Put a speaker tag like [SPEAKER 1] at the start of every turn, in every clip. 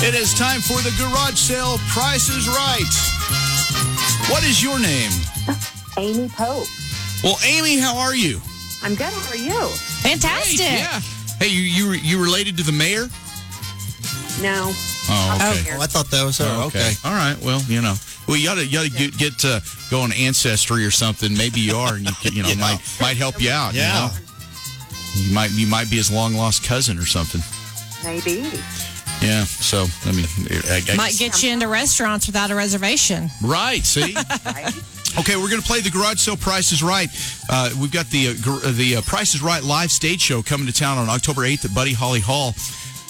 [SPEAKER 1] It is time for the garage sale. Price is right. What is your name?
[SPEAKER 2] Amy Pope.
[SPEAKER 1] Well, Amy, how are you?
[SPEAKER 2] I'm good. How are you?
[SPEAKER 3] Fantastic.
[SPEAKER 1] Great, yeah. Hey, you you you related to the mayor?
[SPEAKER 2] No.
[SPEAKER 1] Oh, okay.
[SPEAKER 4] Oh, I thought that was her.
[SPEAKER 1] Oh,
[SPEAKER 4] okay.
[SPEAKER 1] All right. Well, you know, well, you gotta, you gotta get, get uh, go on ancestry or something. Maybe you are, and you, can, you know,
[SPEAKER 4] Yeah.
[SPEAKER 1] might might help you out.
[SPEAKER 4] Yeah.
[SPEAKER 1] You, know? you might you might be his long lost cousin or something.
[SPEAKER 2] Maybe.
[SPEAKER 1] Yeah. So I mean, I, I,
[SPEAKER 3] Might get you into restaurants without a reservation.
[SPEAKER 1] right. See.
[SPEAKER 2] Right?
[SPEAKER 1] Okay, we're going to play the garage sale Price is Right. Uh, we've got the uh, gr- uh, the uh, Price is Right live stage show coming to town on October 8th at Buddy Holly Hall.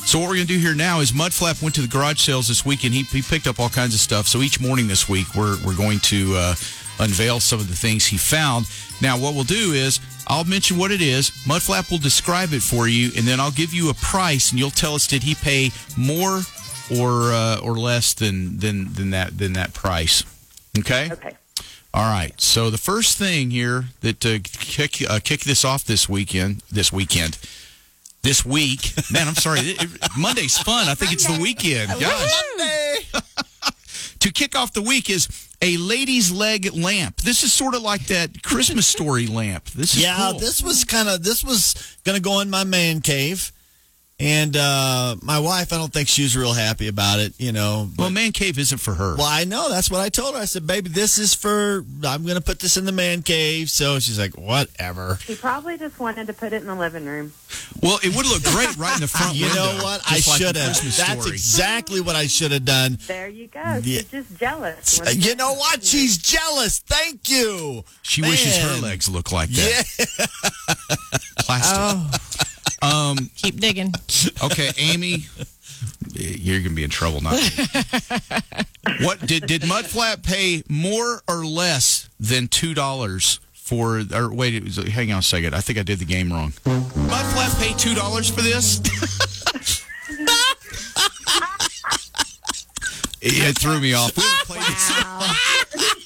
[SPEAKER 1] So what we're going to do here now is Mudflap went to the garage sales this week and he, he picked up all kinds of stuff. So each morning this week we're we're going to uh, unveil some of the things he found. Now what we'll do is I'll mention what it is. Mudflap will describe it for you, and then I'll give you a price, and you'll tell us did he pay more or uh, or less than than than that than that price. Okay.
[SPEAKER 2] Okay.
[SPEAKER 1] All right. So the first thing here that uh, kick uh, kick this off this weekend, this weekend, this week. Man, I'm sorry. It- it- Monday's fun. I think it's the weekend. Gosh. to kick off the week is a lady's leg lamp. This is sort of like that Christmas story lamp. This is
[SPEAKER 4] Yeah,
[SPEAKER 1] cool.
[SPEAKER 4] this was kind of this was gonna go in my man cave, and uh, my wife. I don't think she was real happy about it. You know.
[SPEAKER 1] well, man cave isn't for her.
[SPEAKER 4] Well, I know that's what I told her. I said, "Baby, this is for. I'm gonna put this in the man cave." So she's like, "Whatever."
[SPEAKER 2] He probably just wanted to put it in the living room.
[SPEAKER 1] Well, it would look great right in the front
[SPEAKER 4] You
[SPEAKER 1] window.
[SPEAKER 4] know what? I
[SPEAKER 1] just like the
[SPEAKER 4] should have.
[SPEAKER 1] Christmas
[SPEAKER 4] That's
[SPEAKER 1] story.
[SPEAKER 4] exactly what I should have done.
[SPEAKER 2] There you go.
[SPEAKER 4] Yeah. Uh,
[SPEAKER 2] She's just jealous.
[SPEAKER 4] You know what? She's jealous. Thank you.
[SPEAKER 1] She wishes her
[SPEAKER 4] Man.
[SPEAKER 1] legs looked like
[SPEAKER 4] Yeah.
[SPEAKER 1] that. Plastic.
[SPEAKER 3] Keep digging.
[SPEAKER 1] Okay, Amy, you're gonna be in trouble now. what did did Mudflap pay more or less than two dollars for? Or wait, it was, hang on a second. I think I did the game wrong. Mudflap paid two dollars for this. it threw me off. We haven't played this-
[SPEAKER 3] Wow.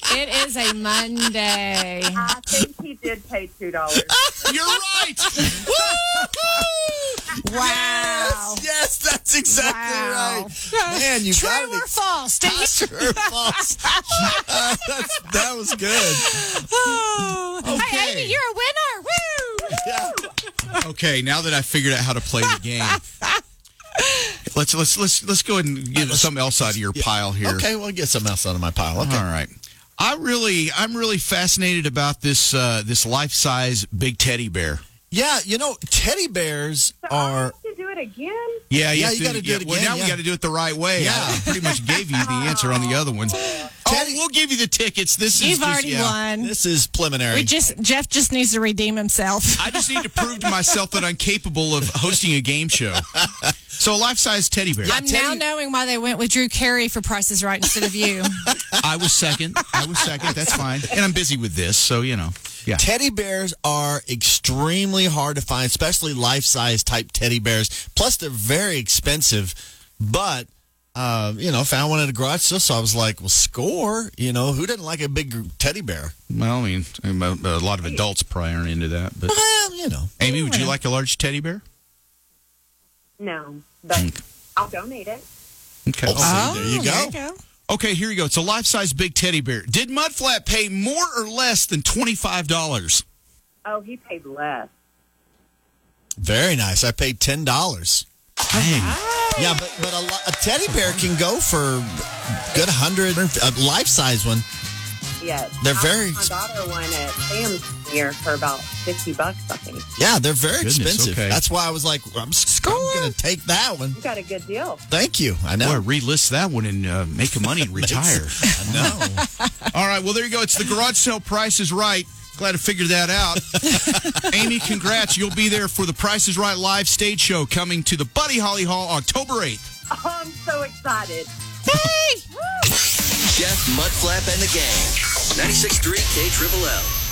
[SPEAKER 3] it is a Monday.
[SPEAKER 2] I think he did pay two dollars.
[SPEAKER 1] You're right.
[SPEAKER 3] Wow.
[SPEAKER 4] yes, that's exactly
[SPEAKER 3] Wow.
[SPEAKER 4] right. Man, you
[SPEAKER 3] True
[SPEAKER 4] got it.
[SPEAKER 3] or false? Steve?
[SPEAKER 4] True or false? That's- that was good.
[SPEAKER 3] Hey,
[SPEAKER 4] Okay.
[SPEAKER 3] Amy, you're a winner. Woo!
[SPEAKER 4] Yeah.
[SPEAKER 1] Okay, now that I figured out how to play the game. Let's let's let's let's go ahead and get something else out of your pile here.
[SPEAKER 4] Okay, well, get something else out of my pile. Okay.
[SPEAKER 1] All right. I really, I'm really fascinated about this uh, this life size big teddy bear.
[SPEAKER 4] Yeah, you know, teddy bears
[SPEAKER 2] So I
[SPEAKER 4] are.
[SPEAKER 2] have to do it again.
[SPEAKER 1] Yeah,
[SPEAKER 4] Yeah,
[SPEAKER 1] have
[SPEAKER 4] you
[SPEAKER 1] to-
[SPEAKER 4] gotta do it
[SPEAKER 1] Well,
[SPEAKER 4] again,
[SPEAKER 1] now we
[SPEAKER 4] yeah.
[SPEAKER 1] got to do it the right way.
[SPEAKER 4] Yeah.
[SPEAKER 1] I pretty much gave you the answer on the other one. Oh,
[SPEAKER 4] Teddy-
[SPEAKER 1] we'll give you the tickets. This is
[SPEAKER 3] You've
[SPEAKER 1] just-
[SPEAKER 3] already
[SPEAKER 1] yeah.
[SPEAKER 3] won.
[SPEAKER 4] This is preliminary.
[SPEAKER 3] We just Jeff just needs to redeem himself.
[SPEAKER 1] I just need to prove to myself that I'm capable of hosting a game show. So a life size teddy bear.
[SPEAKER 3] I'm now knowing why they went with Drew Carey for prices right instead of you.
[SPEAKER 1] I was second. I was second. That's fine. And I'm busy with this, so you know. Yeah.
[SPEAKER 4] Teddy bears are extremely hard to find, especially life size type teddy bears. Plus, they're very expensive. But, uh, you know, found one at a garage sale, so I was like, well, score. You know, who didn't like a big teddy bear?
[SPEAKER 1] Well, I mean, a lot of adults probably aren't into that. But
[SPEAKER 4] Well, you know.
[SPEAKER 1] Amy, would you like a large teddy bear?
[SPEAKER 2] No, but
[SPEAKER 4] Mm.
[SPEAKER 2] I'll donate it.
[SPEAKER 1] Okay.
[SPEAKER 4] Oh, there you go.
[SPEAKER 1] Okay, here you go. It's a life size big teddy bear. Did Mudflap pay more or less than $25?
[SPEAKER 2] Oh, he paid less.
[SPEAKER 4] Very nice. I paid $10.
[SPEAKER 1] Dang.
[SPEAKER 4] Yeah, but but a, lo- a teddy bear can go for good hundred. A life size one.
[SPEAKER 2] Yes.
[SPEAKER 4] They're
[SPEAKER 2] I-
[SPEAKER 4] very
[SPEAKER 2] My daughter won at Sam's here for about 50 bucks, I think.
[SPEAKER 4] Yeah, they're very
[SPEAKER 1] Goodness,
[SPEAKER 4] expensive.
[SPEAKER 1] okay.
[SPEAKER 4] That's why I was like, I'm, s- I'm gonna take that one.
[SPEAKER 2] You got a good deal.
[SPEAKER 4] Thank you. I
[SPEAKER 1] Boy,
[SPEAKER 4] know.
[SPEAKER 1] relist that one and uh, make the money and retire.
[SPEAKER 4] I know.
[SPEAKER 1] All right, well, there you go. It's the garage sale price is right. Glad to figure that out. Amy, congrats. You'll be there for the Price is Right live stage show coming to the Buddy Holly Hall October 8th.
[SPEAKER 2] Oh, I'm so excited.
[SPEAKER 5] Jeff, Mudflap, and the gang. 96.3 K Triple L.